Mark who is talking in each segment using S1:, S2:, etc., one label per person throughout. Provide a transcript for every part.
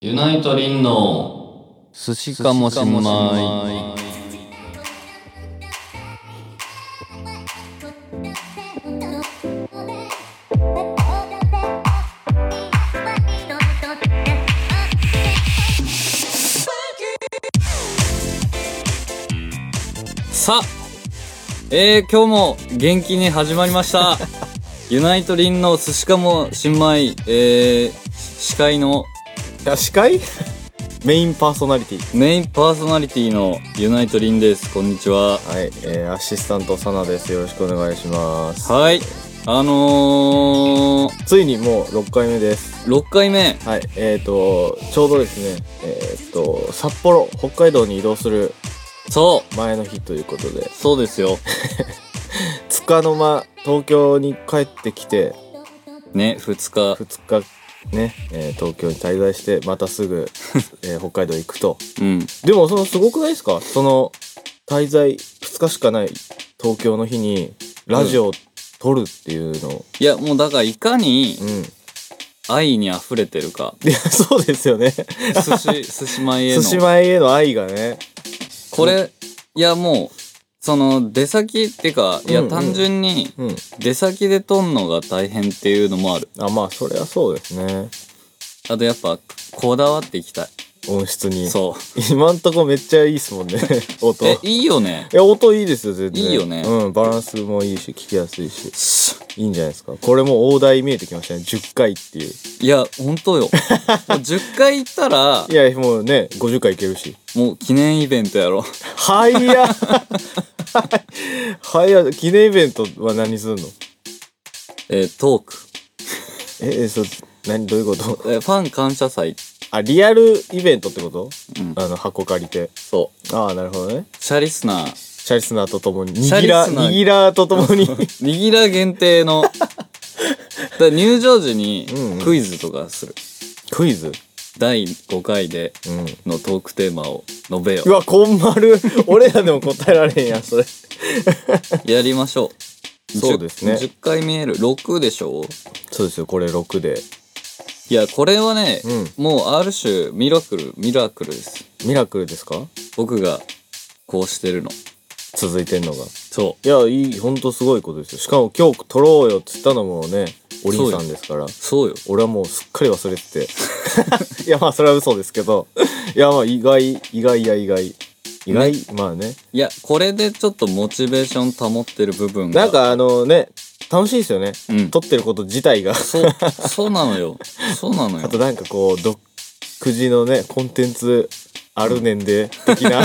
S1: ユナイトリンの
S2: 寿司かもしれないさあ、えー、今日も元気に始まりました。 ユナイトリンの寿司かも新米、えー、司会の
S3: いや司会メインパーソナリティ
S2: メインパーソナリティのユナイトリンです。こんにちは。
S3: はい、えー、アシスタントサナですよろしくお願いします
S2: はい。あのー、
S3: ついにもう6回目です
S2: 6回目。
S3: はいえーとちょうどですねえーと札幌北海道に移動する
S2: そう。
S3: 前の日ということで
S2: そうですよ。
S3: つかの間東京に帰ってきて
S2: ね、2日。
S3: 2日ね、えー東京に滞在してまたすぐ、えー北海道行くと
S2: うん。
S3: でもそのすごくないですかその滞在2日しかない東京の日にラジオを撮るっていうのを
S2: いや、もうだからいかに
S3: うん
S2: 愛に溢れてるか。
S3: いや、そうですよね。
S2: 寿 司、寿司米への。
S3: 寿司米への愛がね。
S2: これ、いやもう、その、出先ってか、いや
S3: うんうん
S2: 単純に、
S3: うん。
S2: 出先で撮んのが大変っていうのもある。
S3: あ、まあ、そりゃそうですね。
S2: あとやっぱ、こだわっていきたい。
S3: 音質に。
S2: そ
S3: 今んとこめっちゃいいっすもんね。
S2: う。
S3: 音。
S2: え
S3: い、
S2: いいよね。
S3: や、音いいですよ、全然。
S2: いいよね
S3: うん、バランスもいいし、聞きやすいし。いいんじゃないですか。これもう大台見えてきましたね。10回っていう。
S2: いや、ほんと よ。もう10回行ったら
S3: い、や、もうね、50回いけるし。
S2: もう記念イベントやろ。
S3: はいや はいや、記念イベントは何すんの
S2: えートーク。
S3: え、え、そう、何、どういうこと
S2: えーファン感謝祭。
S3: あ、リアルイベントってこと
S2: うん。
S3: あの、箱借りて。
S2: そう。
S3: ああ、なるほどね。
S2: シャリスナー。
S3: シャリスナーとともに、ニ
S2: シャリ
S3: ギ
S2: スナ
S3: ラ、
S2: ー
S3: ニギラーとともに。
S2: にぎら限定 の。だから入場時に
S3: うんうん
S2: クイズとかする。
S3: クイズ
S2: 第5回で
S3: うん。
S2: のトークテーマを述べよ
S3: うわ、こんまる。 俺らでも答えられへんやん、それ。
S2: う。やりましょう。
S3: そうですね
S2: 10 10回見える。6でしょ
S3: そうですよ、これ6で。
S2: いや、これはね、
S3: うん
S2: もうある種、ミラクル、ミラクルです。
S3: ミラクルですか
S2: 僕が、こうしてるの。
S3: 続いてんのが。
S2: そ
S3: いや、いい、ほんとすごいことですよ。しかも今日撮ろうよっつったのもね、おりんさんですから。
S2: う。そうよ。
S3: 俺はもうすっかり忘れて て。いや、まあ、それは嘘ですけど。いや、まあ、意外、意外や意外。意外、まあね。
S2: いや、これでちょっとモチベーション保ってる部分が。
S3: なん、かあのね、楽しいですよね。
S2: うん
S3: 撮ってること自体が。
S2: そう、そうなのよ。そうなの
S3: あ
S2: よ
S3: と。なんかこう独自のねコンテンツあるねんで的 な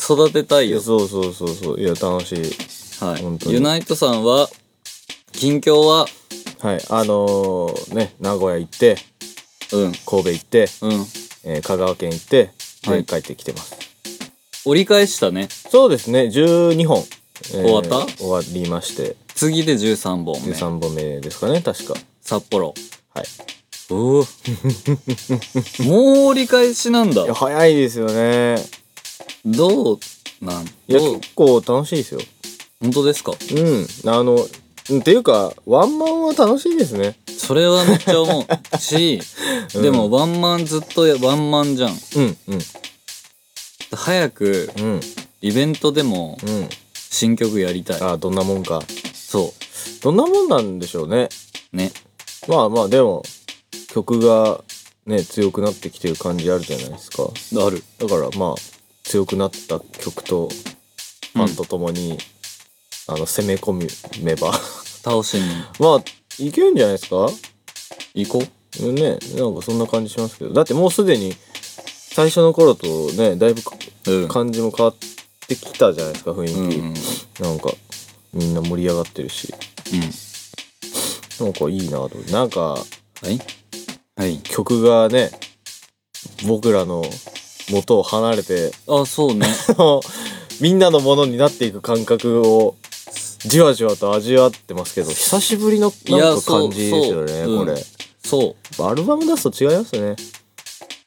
S2: 育てたい
S3: いや
S2: よ。
S3: そうそうそうそういや楽しい本
S2: はい。
S3: 当に
S2: ユナイトさんは、近況は、
S3: はいあのーね名古屋行って
S2: うん、
S3: 神戸行って、
S2: うん。
S3: えー香川県行ってで、
S2: はい
S3: 帰ってきてます
S2: 折り返したね。
S3: そうですね12本、えー
S2: 終わった
S3: 終わりまして
S2: 次で13本目。
S3: 13本目ですかね確か
S2: 札幌。
S3: はいう
S2: お もう折り返しなんだ
S3: いや。早いですよね
S2: どうなん
S3: いや
S2: どう
S3: 結構楽しいですよ
S2: 本当ですか
S3: うんあのうんっていうかワンマンは楽しいですね
S2: それはめっちゃ思うし、
S3: うん
S2: でもワンマンずっとやワンマンじゃん。
S3: うんうん
S2: 早く
S3: うん
S2: イベントでも
S3: うん
S2: 新曲やりたい。
S3: ああどんなもんか
S2: そ
S3: どんなもんなんでしょうね
S2: う。ね。
S3: まあまあでも曲がね強くなってきてる感じあるじゃないですか
S2: ある。
S3: だからまあ強くなった曲とファンと共に、あの攻め込めば
S2: 倒しに
S3: まあいけるんじゃないですか
S2: 行こう。
S3: ねなんかそんな感じしますけどだってもうすでに最初の頃とねだいぶ
S2: うん。
S3: 感じも変わってきたじゃないですか雰囲
S2: うん、う
S3: 気、
S2: ん。うん。
S3: なんかみんな盛り上がってるしなんかいいなとなんか
S2: はいはい。
S3: 曲がね僕らの元を離れて
S2: あ、そうね。
S3: みんなのものになっていく感覚をじわじわと味わってますけど久しぶりの
S2: い
S3: な
S2: や
S3: んか感じですよね
S2: そうそう
S3: これ、
S2: そ
S3: アルバム出すと違いますね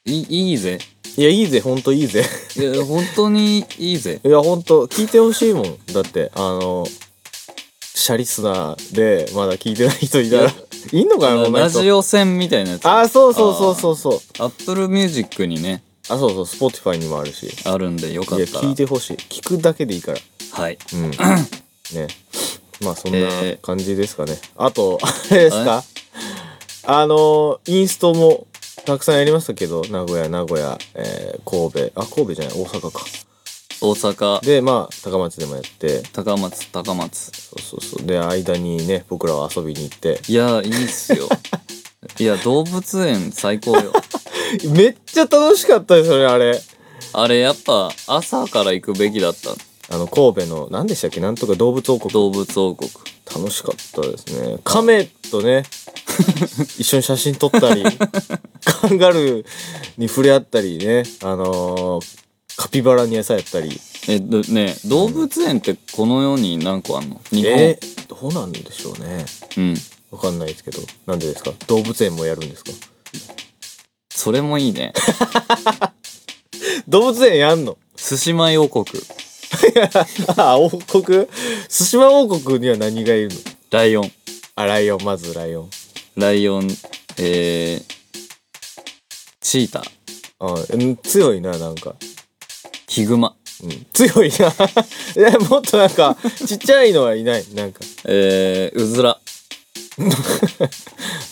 S2: う。いい、いいぜ。
S3: いやいいぜほんといいぜ
S2: いや、本当にいいぜ。
S3: いやほんと聞いてほしいもんだってあのシャリスナーでまだ聞いてない人いたらいいのかなこんな
S2: ラ
S3: 人
S2: ジオ戦みたいなやつ。
S3: あそうそうそうそうそう
S2: アップルミュージックにね、
S3: あそうそうスポティファイにもあるしい
S2: あるんでよか
S3: や
S2: ったら
S3: 聞い。てほしい聞くだけでいいから
S2: はい。
S3: う んねまあそん
S2: え
S3: な
S2: ー
S3: 感じですかね、あと あれですかあのーインストもたくさんやりましたけど名古屋名古屋、えー神戸あ神戸じゃない大阪か
S2: 大阪、
S3: でまあ高松でもやって
S2: 高松、高松。
S3: そうそうそうで間にね僕らは遊びに行って
S2: いや、いいっすよ。いや、動物園最高よ。
S3: めっちゃ楽しかったですよねあれ
S2: あれ、やっぱ、朝から行くべきだった。
S3: あの神戸の何でしたっけなんとか動物王国
S2: 動物王国。
S3: 楽しかったですねカメとね 一緒に写真撮ったりカンガルーに触れ合ったりねあのーカピバラに餌やったり
S2: え、どね動物園ってこの世に何個あんの日本、
S3: えーどうなんでしょうね
S2: うん。
S3: わかんないですけどなんでですか動物園もやるんですか
S2: それもいいね。
S3: 動物園やんの
S2: 寿司米王国。
S3: あ王国寿司マ王国には何がいるの
S2: ライオン。
S3: あライオンまずライオン
S2: ライオン、えー、チーター、
S3: あうん強いななんか
S2: ヒグマ、
S3: うん強いな いやもっとなんかちっちゃいのはいないなんか
S2: えー、うずら。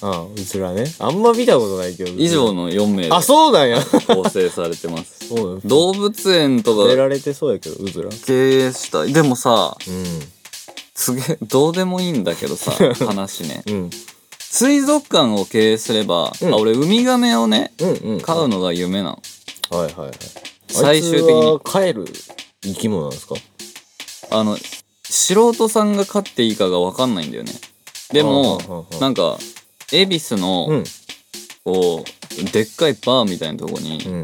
S3: ああうずらねあんま見たことないけど
S2: 以上の4名で
S3: あそうなんや
S2: 構成されてます。
S3: そう だ
S2: 動物園と
S3: 触れ
S2: から
S3: れてそうやけどうずらう
S2: 経営したい。でもさ、
S3: ん
S2: すげえ、どうでもいいんだけど さ、話ね。
S3: うん
S2: 水族館を経営すれば、
S3: うん
S2: あ俺、ウミガメをね、
S3: うんうん
S2: 飼うのが夢なの。
S3: はいはいはい
S2: 最終的に
S3: あいつは帰る生き物なんですか
S2: あの、素人さんが飼っていいかがわかんないんだよね。で
S3: あーは
S2: も
S3: ーは、ー
S2: なんか、恵比寿の、
S3: うん
S2: こう、でっかいバーみたいなとこに、
S3: うん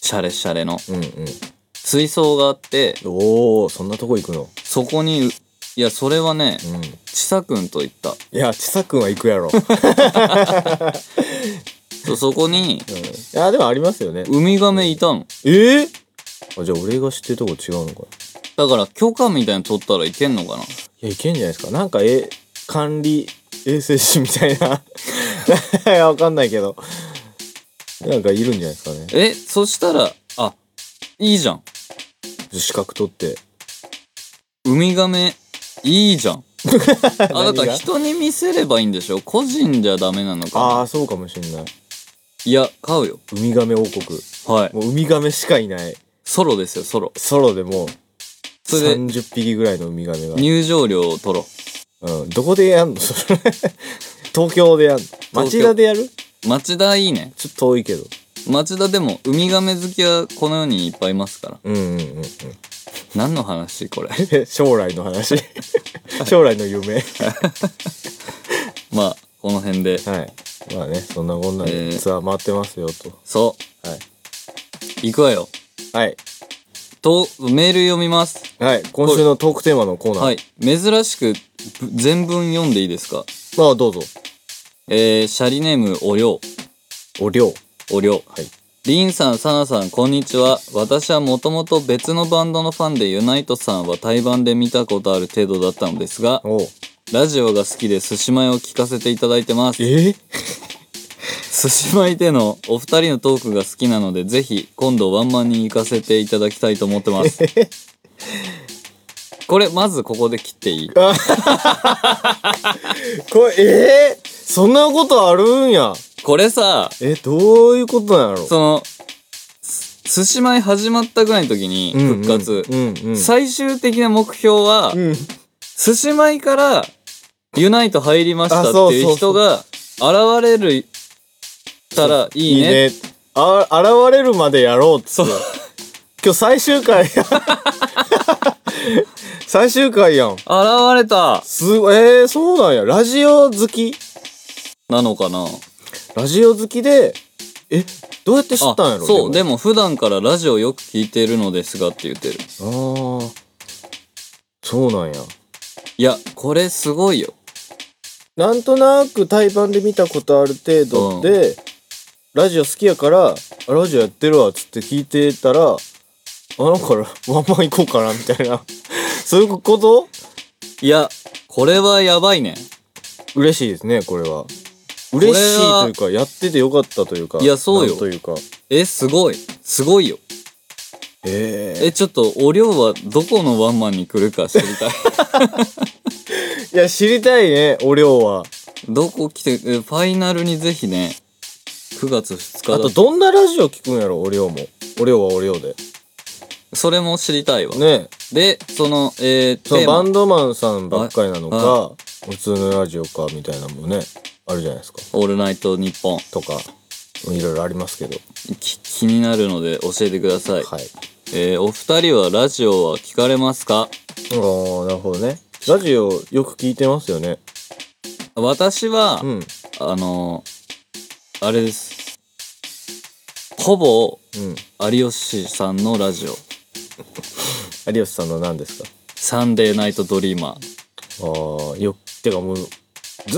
S2: シャレシャレの
S3: うんうん
S2: 水槽があって、
S3: おおそんなとこ行くの
S2: そこに、いや、それはね、
S3: うんい
S2: ちさくんと行った。
S3: やちさくんは行くや ろうん
S2: そ、そこに、
S3: いやでもありますよね
S2: ウミガメいたの。
S3: ええあじゃあ俺が知ってるとこ違うのかな
S2: だから、許可みたいなの取ったらいけんのかない
S3: や、いけんじゃないですか。なんか、え、管理衛生士みたいな。 いやわかんないけど。なんかいるんじゃないですかね。
S2: え、そしたら、あ、いいじゃん。
S3: 資格取って。
S2: ウミガメ、いいじゃん。あ、だから人に見せればいいんでしょ個人じゃダメなの
S3: あ
S2: か
S3: あ、そうかもしんない。
S2: ないや、飼うよ。
S3: ウミガメ王国。
S2: はい。
S3: もうウミガメしかいない。
S2: ソロですよ、ソロ。
S3: ソロでもう
S2: それで、
S3: 30匹ぐらいのウミガメが。
S2: 入場料を取ろ
S3: うん。どこでやんのそれ。東京でやんの。町田でやる
S2: う。町田いいね。
S3: ちょっと遠いけど。
S2: 町田でもウミガメ好きはこの世にいっぱいいますから
S3: うんうんうんうん。
S2: 何の話これ
S3: 将来の話。将来の夢。
S2: まあこの辺で
S3: はい。まあね、そんなこんな
S2: え
S3: で
S2: ー
S3: ツアー回ってますよと。
S2: そ
S3: はい。
S2: う行くわよ
S3: はい。
S2: とメール読みます
S3: はい。今週のトークテーマのコーナー。
S2: はい珍しくぶ全文読んでいいですか
S3: まあ、どうぞ。
S2: えー、シャリネームおりょう
S3: お料。
S2: おりょう
S3: はい。
S2: リンさん、サナさん、こんにちは。私はもともと別のバンドのファンで、ユナイトさんは対バンで見たことある程度だったのですが、
S3: おう
S2: ラジオが好きで寿司米を聞かせていただいてます。
S3: え
S2: 寿司巻いてのお二人のトークが好きなのでぜひ今度ワンマンに行かせていただきたいと思ってます これまずここで切って いい
S3: これ、ええそんなことあるんや。
S2: これさ
S3: え、どういうことなんやろ
S2: そのす寿司米始まったぐらいの時に
S3: うんうん
S2: 復活、
S3: うんうん。
S2: 最終的な目標は、
S3: うん。
S2: 寿司米からユナイト入りました
S3: あ
S2: って
S3: そう
S2: いう人が現れるたらい
S3: い
S2: い
S3: い
S2: ね
S3: ね。あ、現れるまでやろうっつ
S2: そ
S3: っ
S2: う
S3: て。今日最終回 や。最終回やん。
S2: 現れた
S3: すごい、えー、そうなんや。ラジオ好き
S2: なのかな
S3: ラジオ好きで、え、どうやって知ったんやろ
S2: そうで
S3: も。
S2: も普段からラジオよく聞いてるのですがって言ってる
S3: あーそうなんや。
S2: いやこれすごいよ
S3: なんとなく対バンで見たことある程度で、ラジオ好きやから、あラジオやってるわっつって聞いてたら、あ、 なんかワンマン行こうかなみたいな。そういうこと
S2: いやこれはやばいね。
S3: 嬉しいですね、これは。嬉しいというか、やっててよかったというか。
S2: いやそうよ
S3: なんというか。
S2: え、すごい。すごいよ。
S3: え
S2: え、ちょっと、お量はどこのワンマンに来るか知りた い。
S3: えいや、知りたいね、お量は。
S2: どこ来て、えファイナルにぜひね、9月2日だ
S3: あと、どんなラジオ聞くんやろ、お量も。お量はお量で。
S2: それも知りたいわ。
S3: ね
S2: で、その、えー、
S3: その
S2: テーマ
S3: バンドマンさんばっかりなの
S2: あ
S3: か、普通のラジオか、みたいなのもね、あるじゃないですか。
S2: オールナイトニッポン、
S3: とか、いろいろありますけど。
S2: き気になるので教えてください。
S3: はい。
S2: えー、お二人はラジオは聞かれますか
S3: ああ、なるほどね。ラジオよく聞いてますよね。
S2: 私は、
S3: うん。
S2: あのー、あれです。ほぼ、
S3: うん。
S2: 有吉さんのラジオ、
S3: 有吉さんの何ですか
S2: サンデーナイトドリーマー。
S3: ああ、よ、てかもう、ず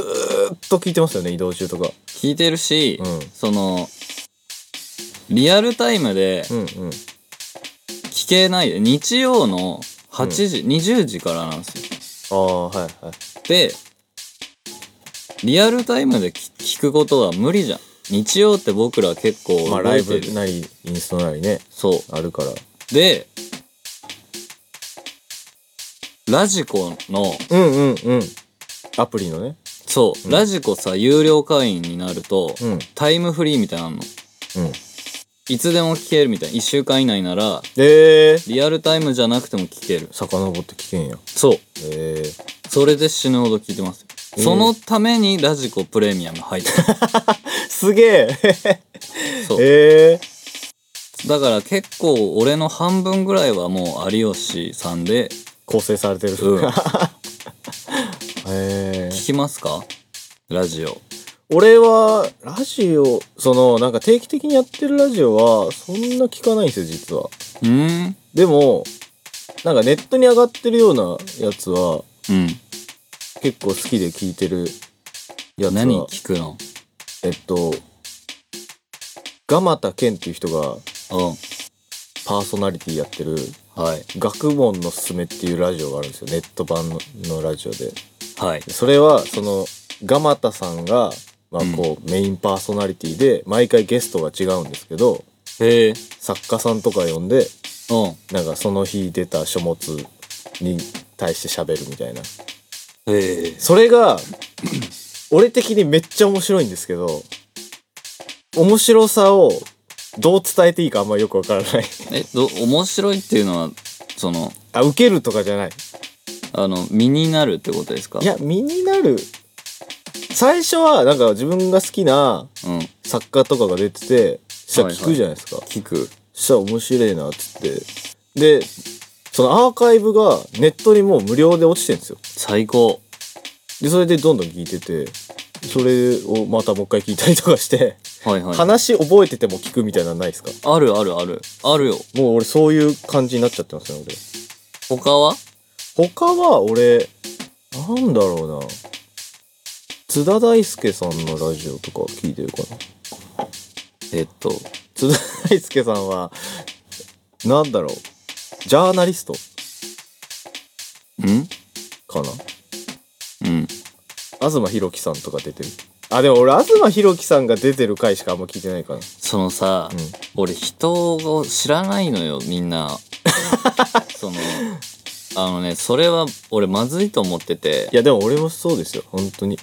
S3: ーっと聞いてますよね、移動中とか。
S2: 聞いてるし、
S3: うん
S2: その、リアルタイムで
S3: うんうん。
S2: 聞けない、日曜の8時、20時からなんですよ。
S3: ああ、はいはい。
S2: でリアルタイムで聞聞くことは無理じゃん日曜って僕ら結構
S3: まあ、
S2: 動
S3: ライ
S2: いて
S3: ブ
S2: る、
S3: なり、インストなりね、
S2: そ
S3: あるから。
S2: うでラジコの
S3: うんうんうん。アプリのね。
S2: そう、ラジコさ有料会員になると、
S3: うん
S2: タイムフリーみたいなのあんの
S3: うん。
S2: いつでも聞けるみたいな1週間以内なら
S3: ええー、
S2: リアルタイムじゃなくても聞ける
S3: 遡って聞けんや。
S2: そう
S3: ええー。
S2: それで死ぬほど聞いてます、
S3: えー
S2: そのためにラジコプレミアム入ってる
S3: すげえ
S2: そう
S3: ええ
S2: だから結構俺の半分ぐらいはもう有吉さんで、
S3: 構成されてる。
S2: うん、 聞
S3: へえ
S2: きますかラジオ。
S3: 俺は、ラジオ、その、なんか定期的にやってるラジオは、そんな聞かないんですよ、実は。
S2: うん
S3: でも、なんかネットに上がってるようなやつは、
S2: うん。
S3: 結構好きで聞いてるやつ
S2: 何
S3: は、
S2: 聞くの
S3: えっと、ガマタケンっていう人が
S2: う
S3: パーソナリティやってる、
S2: ん。はい。
S3: 学問のすすめっていうラジオがあるんですよ、ネット版ののラジオで。
S2: はい。
S3: それは、その、ガマタさんが、まあこう、メインパーソナリティで、毎回ゲストが違うんですけど、
S2: へえ。
S3: 作家さんとか呼んで、
S2: う
S3: なんかその日出た書物に対して喋るみたいな。
S2: ん。へえ。
S3: それが、俺的にめっちゃ面白いんですけど、面白さをどう伝えていいかあんまよくわからない。
S2: え、ど、面白いっていうのは、その、
S3: あ、受けるとかじゃない。
S2: あの、身になるってことですか
S3: い。や、身になる。最初は、なんか自分が好きな
S2: うん。
S3: 作家とかが出てて、そ
S2: はいはい
S3: したら聞くじゃないですか。
S2: 聞く。
S3: そしたら面白いな、っつって。で、そのアーカイブがネットにもう無料で落ちてるんですよ。
S2: 最高。
S3: で、それでどんどん聞いてて、それをまたもう一回聞いたりとかして、
S2: はいはい。
S3: 話覚えてても聞くみたいなのないですか
S2: あるあるある。あるよ。
S3: もう俺そういう感じになっちゃってますね、
S2: 他は
S3: 俺。他は俺、なんだろうな。津田大介さんのラジオとか聞いてるかな。
S2: えっと、
S3: 津田大介さんは、なんだろう。ジャーナリスト
S2: ん
S3: かな
S2: うん。
S3: 東博樹さんとか出てる。あ、でも俺、東博樹さんが出てる回しかあんま聞いてないかな。
S2: そのさ、
S3: うん
S2: 俺人を知らないのよみん なそのあのねそれは俺まずいと思ってて
S3: いや、でも俺もそうですよ、本当に。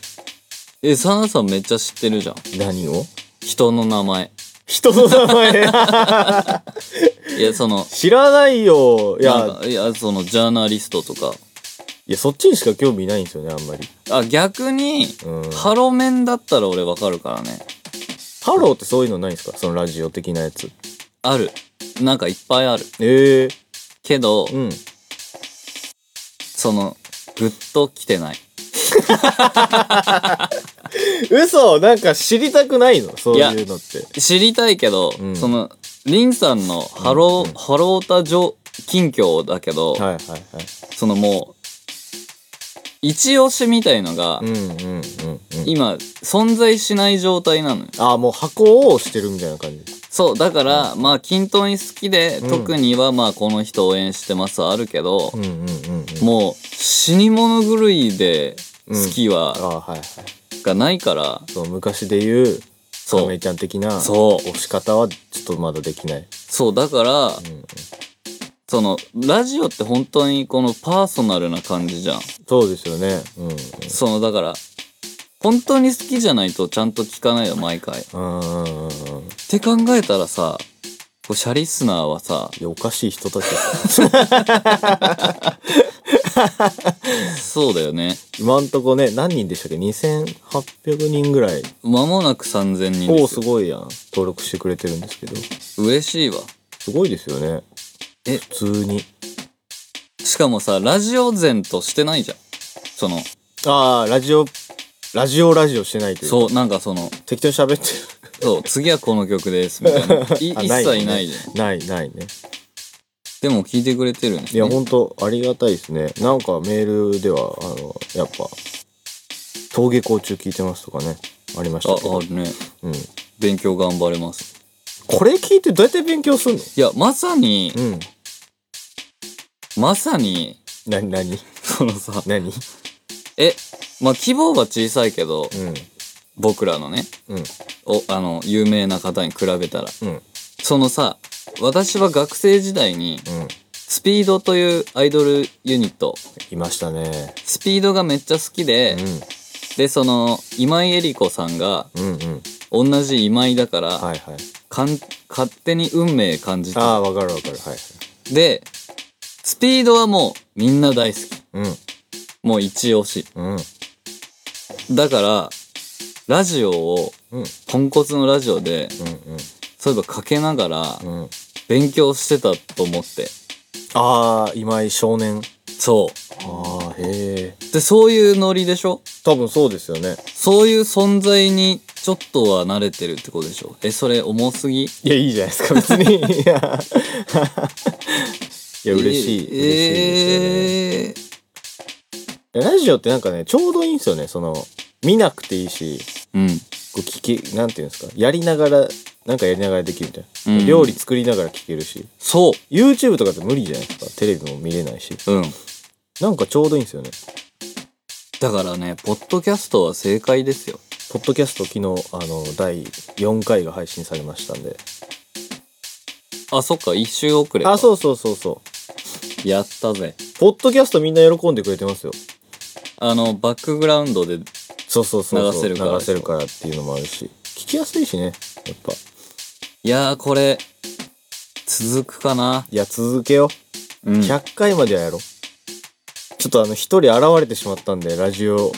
S2: えサナさんめっちゃ知ってるじゃん
S3: 何を
S2: 人の名前
S3: 人の名前
S2: いやその
S3: 知らないよ。い
S2: い
S3: や、
S2: やいやそのジャーナリストとか
S3: いや、そっちにしか興味ないんですよね、あんまり。
S2: あ逆に、
S3: うん
S2: ハロメンだったら俺わかるからね
S3: ハローってそういうのないんですかそのラジオ的なやつ。
S2: あるなんかいっぱいある
S3: ええ
S2: けど、
S3: うん。
S2: そのグッと来てない
S3: 嘘なんか知りたくないのそう
S2: いや
S3: いうのって。
S2: 知りたいけど、
S3: うん
S2: そのリンさんのハロー、ハロータ上近況だけど、
S3: はいはいはい。
S2: そのもう一押しみたいのが、
S3: うんうんうんうん。
S2: 今存在しない状態なのよ
S3: ああ、もう箱をしてるみたいな感じ。
S2: そう、だから、まあ、均等に好きで、
S3: うん
S2: 特にはまあ、この人応援してますはあるけど、
S3: うんうんうんうん。
S2: もう、死に物狂いで好き
S3: あ
S2: は、
S3: あ、はいはい。
S2: がないから、
S3: そう、昔で言う、
S2: そう
S3: メちゃん的な、
S2: そう
S3: 押し方はちょっとまだできない。
S2: そう、だから、その、ラジオって本当にこのパーソナルな感じじゃん。
S3: そうですよね。うん。
S2: その、だから、本当に好きじゃないとちゃんと聞かないよ、毎回。っ
S3: うんうんうんうん。い
S2: て考えたらさ、こうシャリスナーはさ、
S3: や、おかしい人たちですよ
S2: そうだよね。
S3: 今んとこね、何人でしたっけ ?2800 人ぐらい。
S2: 間もなく3000人
S3: お
S2: で
S3: お、
S2: す
S3: すごいやん。登録してくれてるんですけど。
S2: 嬉しいわ。
S3: すごいですよね。
S2: え
S3: 普通に。
S2: しかもさ、ラジオ前としてないじゃん。その、
S3: ああ、ラジオ、ラジオラジオしてないというか。
S2: そう、なんかその、
S3: 適当に喋って
S2: そう、次はこの曲です、みたいな。い
S3: あ
S2: 一切ないじゃん。
S3: る。ない、ないね。
S2: でも聞いてくれてるんです
S3: いや、
S2: ね。
S3: ほんと、ありがたいですね。なんかメールでは、あの、やっぱ、登下校中聞いてますとかね、ありまし
S2: あ、
S3: たけど
S2: あ。るね。
S3: うん。
S2: 勉強頑張れます。
S3: これ聞いてどうやって勉強すん
S2: い
S3: の
S2: や、まさに、
S3: うん。
S2: まさに、
S3: なになに
S2: そのさ、
S3: なに
S2: え、まあ、規模は小さいけど、
S3: うん。
S2: 僕らのね、
S3: うん。
S2: お、あの、有名な方に比べたら。
S3: うん。
S2: そのさ、私は学生時代に、
S3: うん。
S2: スピードというアイドルユニット、
S3: いましたね。
S2: スピードがめっちゃ好きで、で、その、今井絵理子さんが、
S3: うん。うんうん。
S2: 同じ今井だから、
S3: はいはい。
S2: かん勝手に運命感じ
S3: あ
S2: た。
S3: あ、わかるわかる。はい。
S2: で、スピードはもうみんな大好き。もう一押し。
S3: うん。うん。
S2: だから、ラジオを、
S3: うん。
S2: ポンコツのラジオで、
S3: うん。
S2: そういえばかけながら
S3: うん。うん。
S2: 勉強してたと思って。
S3: ああ、今井少年。
S2: そ
S3: ああ、へえ。
S2: う。で、そういうノリでしょ
S3: 多分そうですよね。
S2: そういう存在にちょっとは慣れてるってことでしょえ、それ重すぎ
S3: いや、いいじゃないですか、別 に。いや、い
S2: え
S3: や嬉しい。嬉しいですよね
S2: えー
S3: いや。ラジオってなんかね、ちょうどいいんですよね。その、見なくていいし、
S2: うん。
S3: こう聞き、なんていうんですか、やりながら、なんかやりながらできるみたいな。
S2: うん
S3: 料理作りながら聞けるし、
S2: そ
S3: YouTube とかって無理じゃないですか。テレビも見れないし。
S2: う。うん。
S3: なんかちょうどいいんですよね。
S2: だからね、ポッドキャストは正解ですよ。
S3: ポッドキャスト昨日、あの、第4回が配信されましたんで。
S2: あ、そっか、一周遅れか。
S3: あ、そうそうそうそう。
S2: やったぜ。
S3: ポッドキャストみんな喜んでくれてますよ。
S2: あの、バックグラウンドで、
S3: そうそうそうそ
S2: 流
S3: う
S2: せるから
S3: 流せるからっていうのもあるし聞きやすいしねやっぱ
S2: いやーこれ、続くかな。
S3: いや続けよ
S2: う。
S3: うん100回まではやろうちょっとあの一人現れてしまったんでラジオ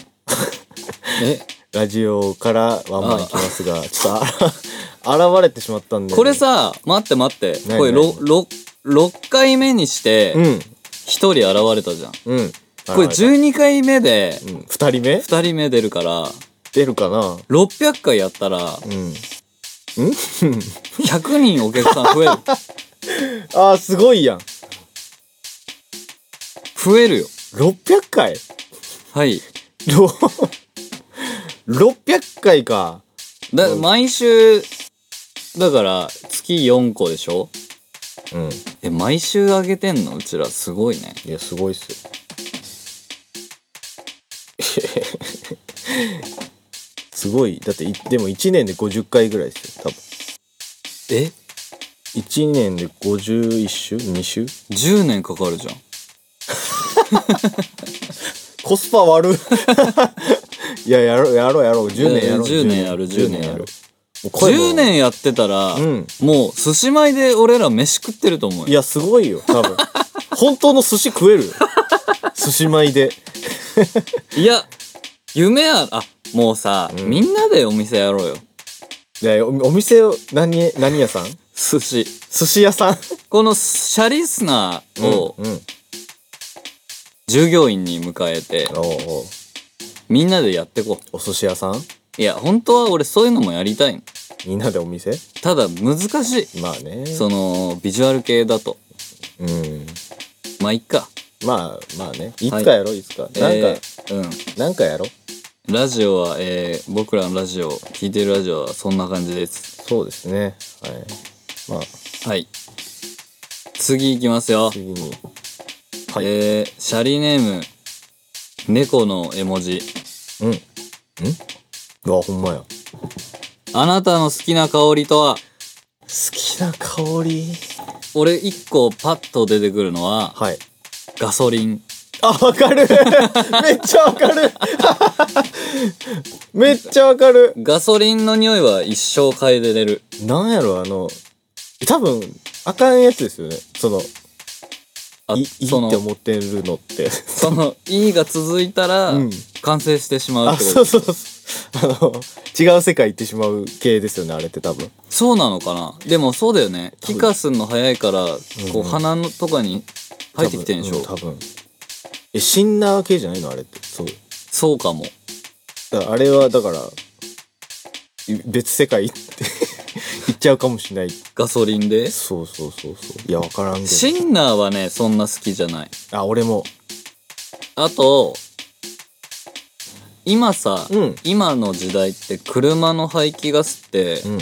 S2: え、
S3: ラジオからワンマン行きますがちょっとあ ら現れてしまったんで
S2: これさ、待って待って。
S3: 何
S2: これ、ろ
S3: 何
S2: ろ6回目にして
S3: う、ん
S2: 一人現れたじゃん。
S3: うん
S2: これ12回目で、
S3: うん、2人目
S2: 二人目出るから、
S3: 出るかな
S2: 600回やったら、
S3: うん
S2: 100人お客さん増え る。
S3: あーすごいやん
S2: 増えるよ。
S3: 600回
S2: はい。
S3: ろ600回か
S2: だ、毎週、だから、月4個でしょ
S3: うん
S2: え、毎週上げてんのうちら、すごいね。
S3: いや、すごいっすよ。 すごい。だってい、でも1年で50回ぐらいですよ、多分。
S2: え
S3: 1年で51週 ?2 週
S2: ?10 年かかるじゃん。
S3: コスパ悪 いや、やろう、やろう、やろう。10年やろう。
S2: 10年やる
S3: 10
S2: 10
S3: 年
S2: 年
S3: や
S2: やる。
S3: るもう声も
S2: 10年やってたら、
S3: うん
S2: もう寿司米で俺ら飯食ってると思う
S3: い
S2: よ
S3: や、すごいよ、多分。 本当の寿司食えるよ。寿司米で。
S2: いや夢あるあもうさ、
S3: うん
S2: みんなでお店やろうよ
S3: いや、おお店を、何、何屋さん
S2: 寿司
S3: 寿司屋さん
S2: このシャリスナーを
S3: うん。うん
S2: 従業員に迎えて、
S3: おうおう
S2: みんなでやってこ
S3: お寿司屋さん
S2: ういや本当は俺そういうのもやりたいの
S3: みんなでお店
S2: ただ難しい
S3: まあね。
S2: そのビジュアル系だと
S3: うん。
S2: まあいっか
S3: まあ、まあね。いつかやろう、い、つか。なんか、
S2: えーうん
S3: なんかやろう。
S2: ラジオは、えー僕らのラジオ、聞いてるラジオはそんな感じです。
S3: そうですね。はい。まあ、
S2: はい。次いきますよ。
S3: 次に。はい
S2: えーシャリネーム、猫の絵文字。
S3: うん。んうわ、ほんまや。好
S2: あなたの好きな香りとは、
S3: きな香り。
S2: 俺一個パッと出てくるのは、
S3: はい。
S2: ガソリン。
S3: あ、わかる めっちゃわかる めっちゃわかる
S2: ガソリンの匂いは一生嗅いでれる。
S3: なんやろ、あの、多分、あかんやつですよね。その、
S2: あ
S3: いいいって
S2: その、
S3: 思ってるのって。
S2: その、いいが続いたら、
S3: うん
S2: 完成してしまう
S3: あ、
S2: ってこと。
S3: そうそうそう。あの、違う世界行ってしまう系ですよね、あれって多分。
S2: そうなのかなでもそうだよね。
S3: 多分
S2: 気化すんの早いから、こ
S3: う
S2: う、
S3: ん
S2: 鼻のとかに入ってきてんでしょ。
S3: 多分。うん多分え、死んだ系じゃないのあれって。そう。
S2: そうかも。
S3: だからあれは、だから、い別世界行って、行っちゃうかもしれない。
S2: ガソリンで。
S3: そうそうそうそう。いや、わからんけど。
S2: シンナーはね、そんな好きじゃない。
S3: あ、俺も。
S2: あと、今さ、
S3: うん
S2: 今の時代って車の排気ガスって、
S3: うん。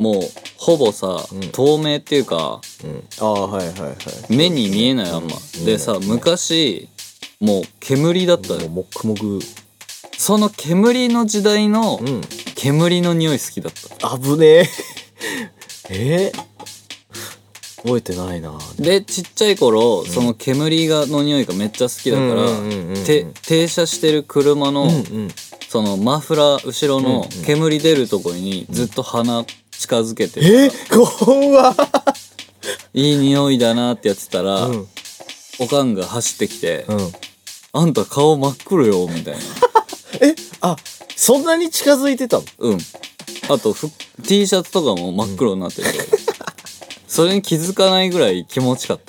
S2: もうほぼさ、
S3: うん
S2: 透明っていうか、
S3: うん。ああ、はいはいはい。
S2: 目に見えないあんま。
S3: うん
S2: でさ、昔、もう煙だった
S3: もう、
S2: よ。
S3: もくもく。
S2: その煙の時代の
S3: うん。
S2: 煙の匂い好きだった。
S3: 危ねえ。 えー覚えてないな。
S2: で、ちっちゃい頃、その煙が、の匂いがめっちゃ好きだから
S3: うんうんうんうん、
S2: て停車してる車の、
S3: うんうん。
S2: そのマフラー後ろの
S3: うんうん
S2: 煙出るとこにずっと鼻近づけて、
S3: えー、怖っ
S2: いい匂いだなってやってたら、
S3: うん。
S2: おかんが走ってきて、
S3: うん。
S2: あんた顔真っ黒よ、み たいな。
S3: え、あ、そんなに近づいてたの
S2: うん。あとふ、T シャツとかも真っ黒になって る、それに気づかないぐらい気持ちかっ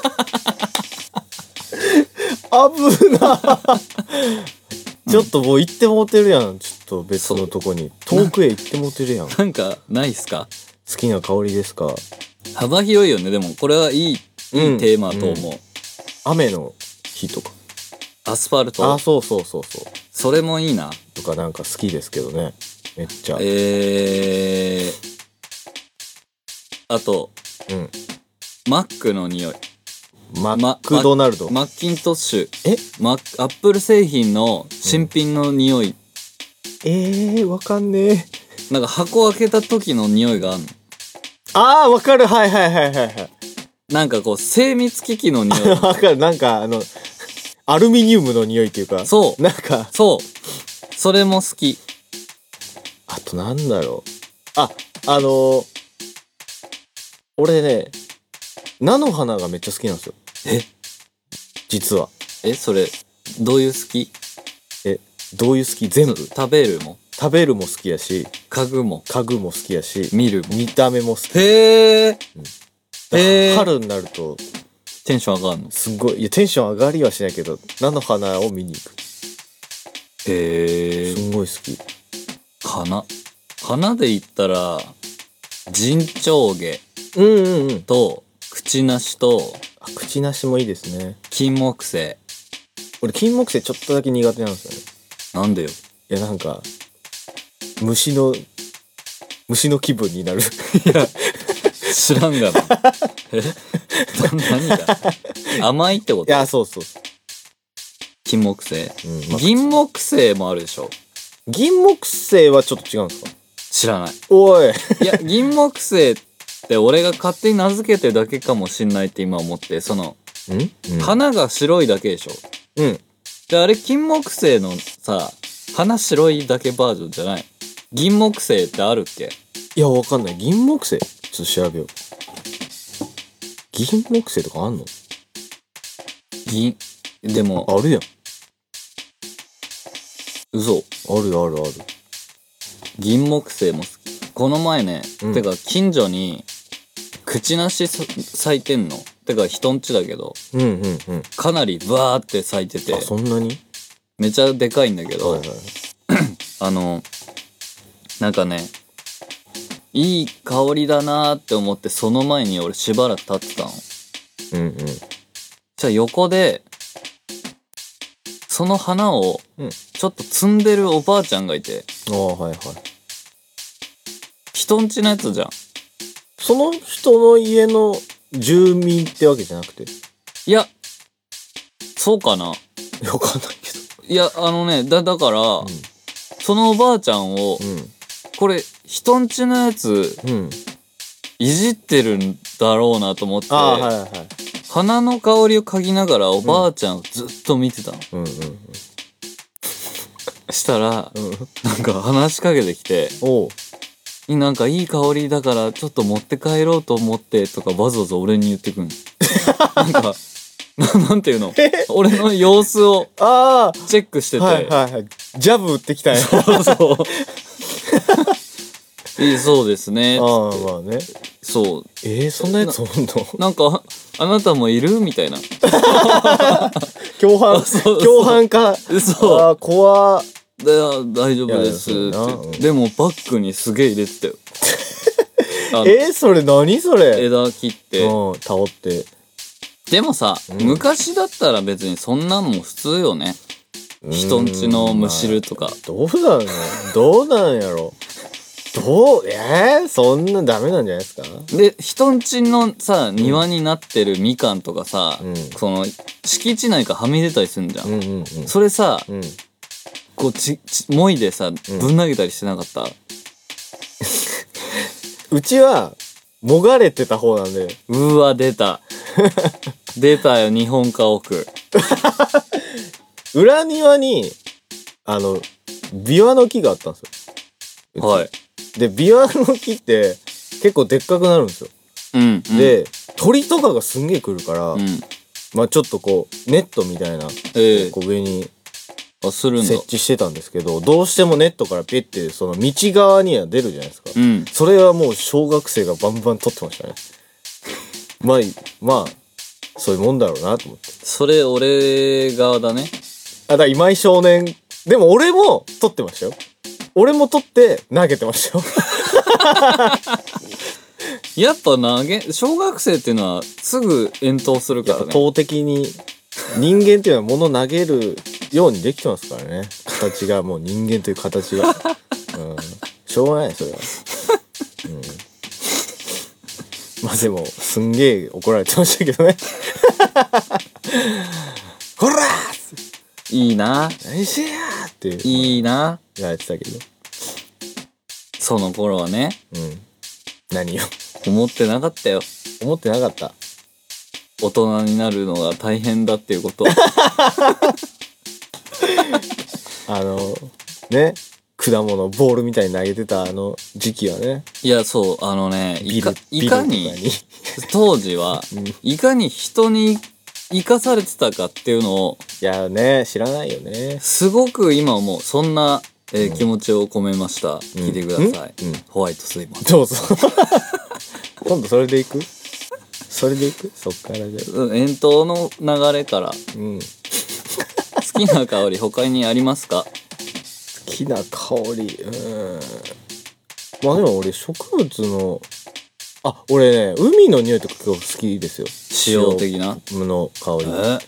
S2: た。
S3: 危な ちょっともう行ってもうてるやん。ちょっと別のとこに。遠くへ行ってもうてるやん。好
S2: なんか、ないっすか
S3: きな香りですか
S2: 幅広いよね。でも、これはいい、いい
S3: うん
S2: テーマと思う。
S3: 雨の日とか。
S2: アスファルト。
S3: あ、そうそうそうそう。
S2: それもいいな。
S3: とかなんか好きですけどね。めっちゃ。
S2: えー。あと、
S3: うん。
S2: マックの匂い。
S3: マ
S2: マ
S3: クドナルド。
S2: マッキントッシュ。
S3: え
S2: マッアップル製品の新品の匂い。
S3: えー、わかんねえ。
S2: なんか箱開けた時の匂いがあるの。
S3: あー、わかる。はいはいはいはいはい。
S2: なんかこう、精密機器の匂い。
S3: わかる。なんかあの、アルミニウムの匂いっていうか。
S2: そう
S3: なんか、
S2: そう。それも好き。
S3: あとなんだろう。あ、あのー俺ね、菜の花がめっちゃ好きなんですよ。
S2: え
S3: 実は。
S2: え、それ、どういう好き
S3: え、どういう好き全部。
S2: 食べるも、
S3: 食べるも好きやし、
S2: 嗅ぐも、
S3: 家具も好きやし、
S2: 見るも。
S3: 見た目も好き。
S2: へえ。へー
S3: 春になると、
S2: テンション上がるの。
S3: すごい、いや、テンション上がりはしないけど、菜の花を見に行く。
S2: へ
S3: す
S2: え。
S3: んごい好き。
S2: 花。花で言ったら、人長毛
S3: うんうんうん。
S2: と、口なしと、
S3: あ口なしもいいですね。
S2: 金木犀。
S3: 俺、金木犀ちょっとだけ苦手なんですよね。
S2: なんでよ。
S3: いや、なんか、虫の、虫の気分に なる。
S2: 知らんがな。え何が甘いってこ
S3: い
S2: と
S3: や、そうそう。
S2: 金木犀。
S3: うんまあ
S2: 銀木犀もあるでしょ
S3: 銀木犀はちょっと違うんですか
S2: 知らない。
S3: おい
S2: いや、銀木犀って俺が勝手に名付けてるだけかもしんないって今思って、その、
S3: ん
S2: 花が白いだけでしょ
S3: うん。
S2: で、あれ金木犀のさ、花白いだけバージョンじゃない銀木犀ってあるっけ
S3: いや、わかんない。銀木犀ちょっと調べよう。銀木犀とかあんの
S2: 銀。でも、
S3: あるやん。
S2: 嘘。
S3: あるあるある。
S2: 銀木犀も好き。この前ね、
S3: うん
S2: てか近所に、口なしそ咲いてんの。てか人んちだけど、
S3: うんうんうん。
S2: かなりバーって咲いてて
S3: あ、、そんなに
S2: めちゃでかいんだけど、
S3: はいはい。
S2: あの、なんかね、いい香りだなーって思って、その前に俺しばらく立ってたの。
S3: うんうん。
S2: じゃあ横で、その花を
S3: うん
S2: ちょっと摘んでるおばあちゃんがいて
S3: ああ、はいはい。
S2: 人んちのやつじゃん
S3: その人の家の住民ってわけじゃなくて。
S2: いやそうかな
S3: わかんないけ
S2: いやあのねだだから、
S3: ん
S2: そのおばあちゃんを、これ人んちのやつ
S3: ど。うん。うん。
S2: いじってるんだろうなと思って、
S3: ああ、はいはいはい。
S2: 花の香りを嗅ぎながらおばあちゃんをずっと見てたの、
S3: うん
S2: したら
S3: うんうん。
S2: なんか話しかけてきて
S3: おう。
S2: 「なんかいい香りだからちょっと持って帰ろうと思って」とかわざわざ俺に言ってくん のなんかななんていうの俺の様子を
S3: あ
S2: チェックして
S3: あ、
S2: て、
S3: はいはいはい。ジャブ打ってきたんや。
S2: そうそう。いいそうですね。
S3: ああ、まあね。
S2: そう。
S3: えー、そんなやつおんの
S2: なんか、あなたもいるみたいな。
S3: 共犯、
S2: そう
S3: 共犯か。
S2: 嘘
S3: ああ、怖
S2: であ大丈夫ですっ
S3: い
S2: て
S3: やいやそうだな
S2: 言って。でも、バッグにすげえ入れてたよ。あの
S3: えー、それ何それ
S2: 枝切って。
S3: うん、倒って。
S2: でもさ、
S3: ん
S2: 昔だったら別にそんなんも普通よね。人んちのむしるとか。
S3: どうなのどうなんやろどうえー、そんなダメなんじゃないですか
S2: で、人んちのさ、庭になってるみかんとかさ、
S3: うん
S2: その、敷地内からはみ出たりするんじゃん。
S3: うんうんうん。
S2: それさ、
S3: うん。
S2: こうちちもいでさぶん投げたりしてなかった、
S3: うちは、もがれてた方なんで、
S2: うわ出 た出たよ日本家屋
S3: 裏庭に、あの、ビワの木があったんですよ。うち
S2: はい
S3: で、ビワの木って、結構でっかくなるんですよ。
S2: うん
S3: で、鳥とかがすんげえ来るから、
S2: うん、うん、
S3: まあちょっとこう、ネットみたいな、
S2: ええ
S3: こう上に
S2: あするんだ
S3: 設置してたんですけど、どうしてもネットからピッて、その道側には出るじゃないですか。
S2: うん
S3: それはもう小学生がバンバン撮ってましたね。 まあ、まあ、そういうもんだろうなと思って。
S2: それ俺側だね
S3: あ、だから今井少年、でも俺も撮ってましたよ。俺も撮って投げてましたよ。
S2: やっぱ投げ小学生っていうのはすぐ遠投するか
S3: やっ
S2: らね
S3: ぱ投的に、人間っていうのは物投げるようにできてますからね。形が、もう人間という 形が。うん。しょうがない、それは。うん。まあでも、すんげえ怒られてましたけどね。 こら
S2: いいない
S3: 何してやーっていう
S2: いな
S3: 言われてたけど。
S2: その頃はね
S3: うん。何よ。
S2: 思ってなかったよ
S3: 思ってなかった。
S2: 大人になるのが大変だっていう こと
S3: あの、ね。果物、ボールみたいに投げてたあの時期はね。
S2: いやそうあのねい
S3: ビ
S2: か
S3: ル、
S2: いか
S3: ビル
S2: に
S3: とか
S2: 当時は、いかに人に生かされてたかっていうのを、
S3: いやね、知らないよね。
S2: すごく今思う。そんな、えー気持ちを込めました。聞いてください。
S3: うんうん
S2: ホワイトスイマ
S3: どうぞ。 今度それでいくそれでいくそっからじゃあ。
S2: ー。遠投の流れ から、
S3: うん。好
S2: 好きな香り他にありますか
S3: きな香り。うん。まあでも俺植物の、あ、俺ね、海の匂いとか結構好きですよ。
S2: 塩的な。
S3: 塩の香
S2: え
S3: り。
S2: ー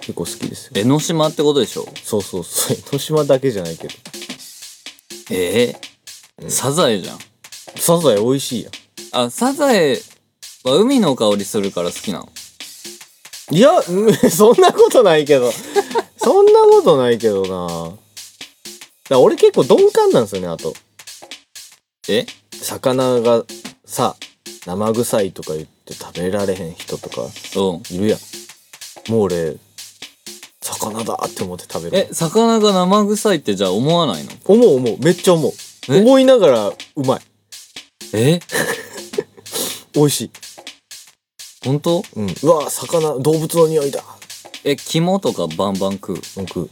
S3: 結構好きですよ。
S2: 江ノ島ってことでしょ
S3: そうそうそう。江ノ島だけじゃないけど。
S2: ええサザエじゃん。
S3: サザエ美味しいや
S2: あ、サザエは海の香りするから好きなの。
S3: ん。いや、うん そんなことないけど。そんなことないけどな。だから俺結構鈍感なんですよね、あと。
S2: え
S3: 魚がさ生臭いとか言って食べられへん人とか
S2: うん。
S3: いるやんもう俺魚だって思って食べる
S2: え、魚が生臭いってじゃあ思わないの
S3: 思う思うめっちゃ思う
S2: え
S3: 思いながらうまい
S2: え
S3: 美味しい、
S2: 本当
S3: うん、うわ魚動物の匂いだ
S2: え、肝とかバンバン食う
S3: 僕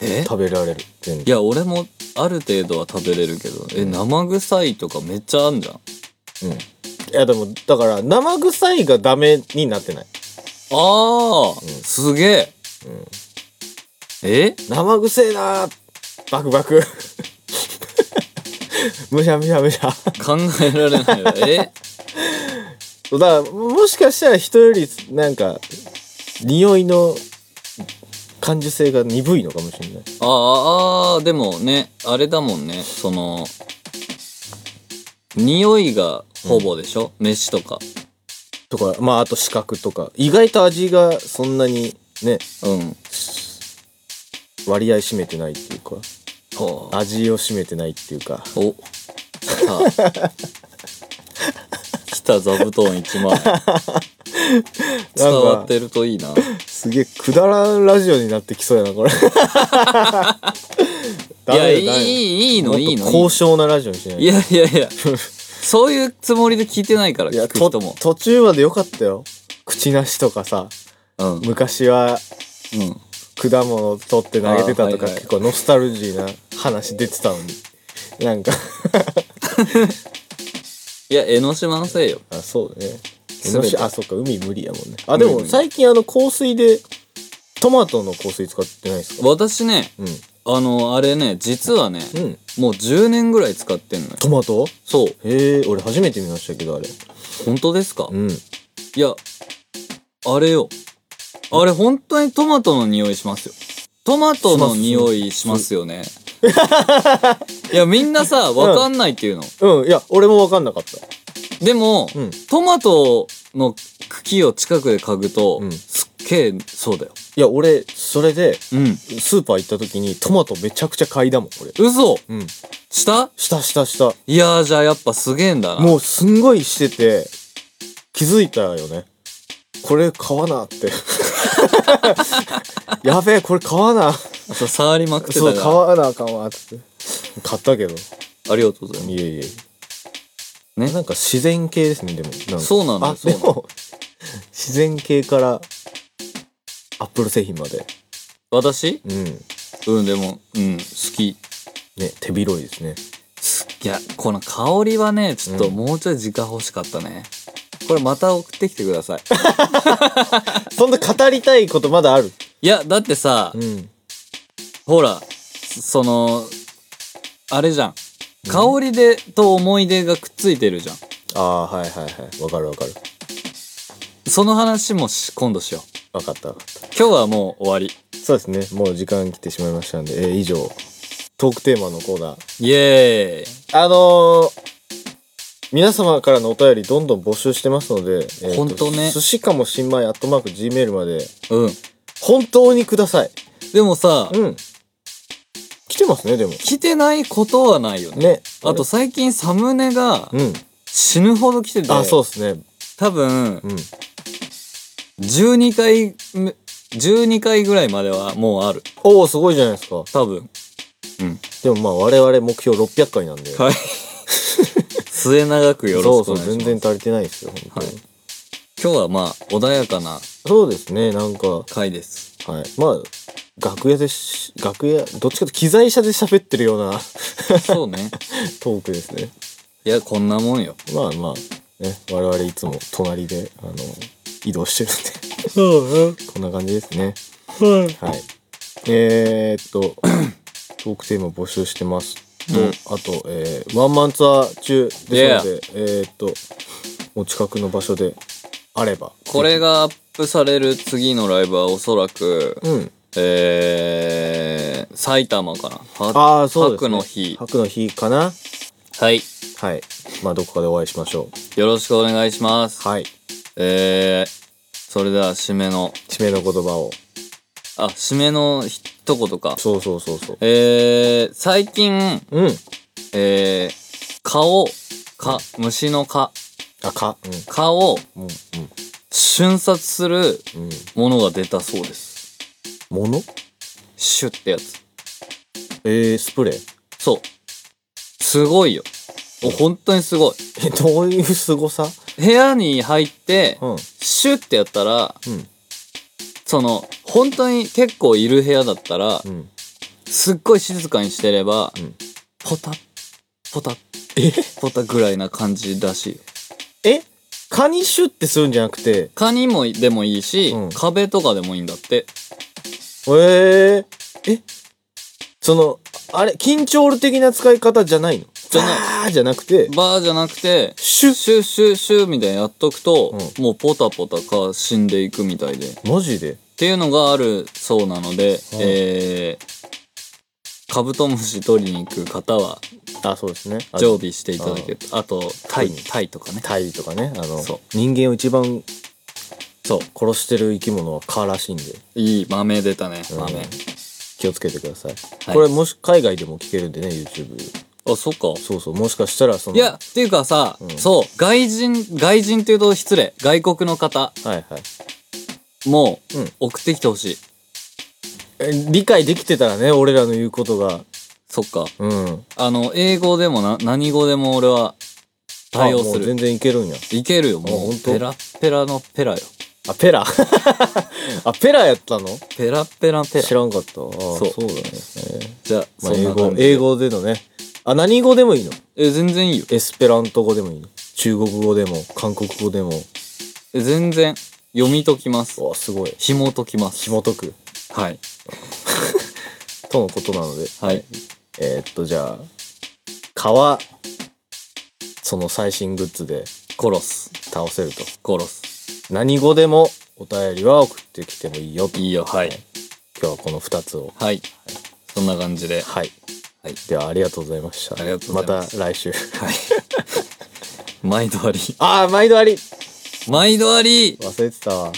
S2: え
S3: 食べられる全
S2: い
S3: 然
S2: や、俺もある程度は食べれるけど、え、生臭いとかめっちゃあんじゃん。
S3: いやでもだから生臭いがダメになってない
S2: あー、すげえ。え
S3: 生臭いなーバクバク むしゃむしゃむしゃ
S2: 考えられないわ。 え
S3: そうだからもしかしたら人よりなんか匂いの感受性が鈍いのかもしれない。
S2: あああーでもねあれだもんねその匂いがほぼでしょ、飯とか
S3: とか、まあ、あと視覚とか。意外と味がそんなにね、
S2: うん
S3: 割合占めてないっていうか、
S2: ほう
S3: 味を占めてないっていうか。
S2: お さあ来た座布団1枚 伝わってるといいな
S3: すげえ、くだらんラジオになってきそうやな、これ。
S2: いや
S3: ダメだ
S2: い
S3: ダメだ
S2: いいいいのいい
S3: も
S2: の
S3: っと高尚なラジオにしない
S2: いやいやいやそういうつもりで聞いてないから
S3: いや
S2: 聞く
S3: と
S2: 人も
S3: 途中までよかったよ口なしとかさ
S2: うん、うん、
S3: 昔は果物取って投げてたとか、
S2: あーはいはい
S3: 結構ノスタルジーな話出てたのになんか
S2: いや江ノ島のせいよ
S3: あそうだね
S2: 全て
S3: 江ノ島あそっか海無理やもんねあでも
S2: 海無理
S3: 最近あの香水でトマトの香水使ってないですか
S2: 私ね
S3: うん
S2: あのあれね実はね、
S3: うん
S2: もう10年ぐらい使ってんのよ
S3: トマト
S2: そう
S3: へえ俺初めて見ましたけどあれ
S2: 本当ですか
S3: うん
S2: いやあれよあれ本当にトマトの匂いしますよトマトの匂いしますよねいやみんなさわかんないっていうの、
S3: うんいや俺も分かんなかった
S2: でも、
S3: うんい
S2: トマトの茎を近くで嗅ぐと、
S3: うん
S2: すっげえそうだよ
S3: や俺それで
S2: うん
S3: スーパー行った時にトマトめちゃくちゃ買いだもん俺
S2: 嘘
S3: うん
S2: した
S3: したしたした
S2: いやーじゃあやっぱすげえんだな
S3: もうすんごいしてて、気づいたよね。これ買わな って。やべえ、これ買わな。
S2: そう触りまくってた
S3: そう、
S2: か
S3: 買
S2: ら
S3: わなあかんわ、つって。買ったけど。
S2: ありがとうございます
S3: いえいえ。
S2: ね
S3: なんか自然系ですね、でも。なんか
S2: そうなんだ
S3: あ、
S2: そう
S3: で
S2: なんだ
S3: も、自然系から、アップル製品まで。
S2: 私
S3: うん。
S2: うんでもうん好き
S3: ね、手広いですね。
S2: いやこの香りはねちょっともうちょい時間欲しかったね、これまた送ってきてくだ さい
S3: そんな語りたいことまだある。
S2: いやだってさ、
S3: うん。
S2: ほらそのあれじゃん香りでと思い出がくっついてるじゃん
S3: ああ、はいはいはい。わかるわかる。
S2: その話もし今度しよう
S3: わかったわかった。
S2: 今日はもう終わり
S3: そうですね。もう時間来てしまいましたんで、えー以上、トークテーマのコーナー。
S2: イエーイ
S3: あのー皆様からのお便りどんどん募集してますので、えと
S2: ほんとね
S3: 寿司かも新米、アットマーク、Gmail まで、
S2: うん
S3: 本当にください。
S2: でもさ、
S3: うん。来てますね、でも。
S2: 来てないことはないよね
S3: ね。
S2: あと、最近サムネが
S3: うん。
S2: 死ぬほど来てて
S3: あ、そうですね。
S2: 多分
S3: うん。
S2: 12回目12回ぐらいまではもうある
S3: おおすごいじゃないですか。
S2: 多分
S3: でもまあ、我々目標600回なんで。
S2: はい末永くよ
S3: そ
S2: ろ
S3: う
S2: しくお
S3: そう、
S2: 願いします
S3: 全然足りてないですよ、本当に。
S2: はい今日はまあ穏やかな
S3: そうですね、なんか、
S2: 回です
S3: はい。まあ、楽屋でし、楽屋、どっちかというと機材車で喋ってるような
S2: そう ね
S3: トークですね。
S2: いやこんなもんよ
S3: まあまあ、ね、我々いつも隣で、あの、移動してるん
S2: そうね
S3: で、 こんな感じですね。
S2: はい
S3: はい。えー、っと、 トークテーマ募集してます。と、
S2: うん
S3: あと、えー、ワンマンツアー中ですので、えー、っと、お近くの場所であれば。
S2: これがアップされる次のライブはおそらく、
S3: うん。
S2: えー、埼玉かなは
S3: ああ、そうです、
S2: 白
S3: ね。
S2: の日
S3: 白の日かな
S2: はい
S3: はい。まあ、どこかでお会いしましょう。
S2: よろしくお願いします
S3: はい。
S2: えー、それでは締めの
S3: 締めの言葉を。
S2: あ締めの一言か
S3: そうそうそうそう。
S2: えー、最近
S3: うん。
S2: えー、蚊を蚊虫の蚊
S3: あ、か。
S2: 蚊を
S3: うん。うん。
S2: 瞬殺する
S3: うん。うん。
S2: ものが出たそうです
S3: もの
S2: シュッてやつ
S3: えー、スプレー。
S2: そうすごいよお本当にすごい
S3: え、どういう凄さ
S2: 部屋に入って
S3: うん。うん。
S2: シュッてやったらその本当に結構いる部屋だったら
S3: うん。
S2: すっごい静かにしてれば、
S3: うん
S2: ポタッポタッポタぐらいな感じだしいよ
S3: えカニシュってするんじゃなくて、
S2: 蚊にもでもいいし、
S3: うん
S2: 壁とかでもいいんだって
S3: えー、えその、あれ、緊張ル的な使い方じゃないの
S2: じゃない
S3: あーじゃなくて、
S2: バーじゃなくて
S3: シュ
S2: シュッシュッシュッみたいにやっとくと、
S3: う
S2: もうポタポタか死んでいくみたいで
S3: マジで
S2: っていうのがあるそうなので、
S3: うん
S2: えー、カブトムシ取りに行く方は
S3: あ、そうですね。あ
S2: 常備していただけると。あと、タイ
S3: 特に、
S2: タイとかね。
S3: タイとかね。あの
S2: そう、
S3: 人間を一番
S2: そう。
S3: 殺してる生き物は蚊らしいんで、
S2: いい豆出たね、
S3: うん
S2: 豆。
S3: 気をつけてください。
S2: はい
S3: これもし、海外でも聞けるんでね、YouTube。
S2: あ、そっか。
S3: そうそう、もしかしたらその、
S2: いや、っていうかさ、
S3: うん
S2: そう、外人、外人っていうと失礼。外国の方
S3: はいはい。
S2: も
S3: うん
S2: 送ってきてほしい。
S3: え理解できてたらね、俺らの言うことが。
S2: そっか。
S3: うん。
S2: あの、英語でもな、何語でも俺は対応
S3: あ
S2: す
S3: もう
S2: る
S3: 全。然いけるんや。
S2: いけるよ、
S3: あ
S2: も
S3: 本
S2: う。
S3: 当
S2: ペラッペラのペラよ。
S3: あ、ペラ あ、ペラやったの
S2: ペラッペラペラ
S3: 知。らんかった。あ
S2: そ
S3: そううそうだね。
S2: じゃあ、
S3: まあ、
S2: そん
S3: 英
S2: な
S3: 語
S2: 感、じで
S3: 英語でのね。あ、何語でもいいの
S2: え、全然いいよ。
S3: エスペラント語でもいいの中国語でも、韓国語でも。
S2: え全然、読み解きます。
S3: わ、すごい。
S2: 紐解きます。
S3: 紐解く。
S2: はい。
S3: とのことなので。
S2: はい。
S3: えーっと、じゃあ、川、その最新グッズで
S2: 殺す。
S3: 倒せると。
S2: 殺す。
S3: 何語でもお便りは送ってきてもいいよと。
S2: いいよ、はい。
S3: 今日はこの2つを。
S2: はい。そんな感じで。
S3: はい。
S2: はい
S3: では、ありがとうございました。
S2: ありがとうございます
S3: また来週。
S2: はい。毎度あり。
S3: ああ、毎度あり
S2: 毎度あり
S3: 忘れてたわ。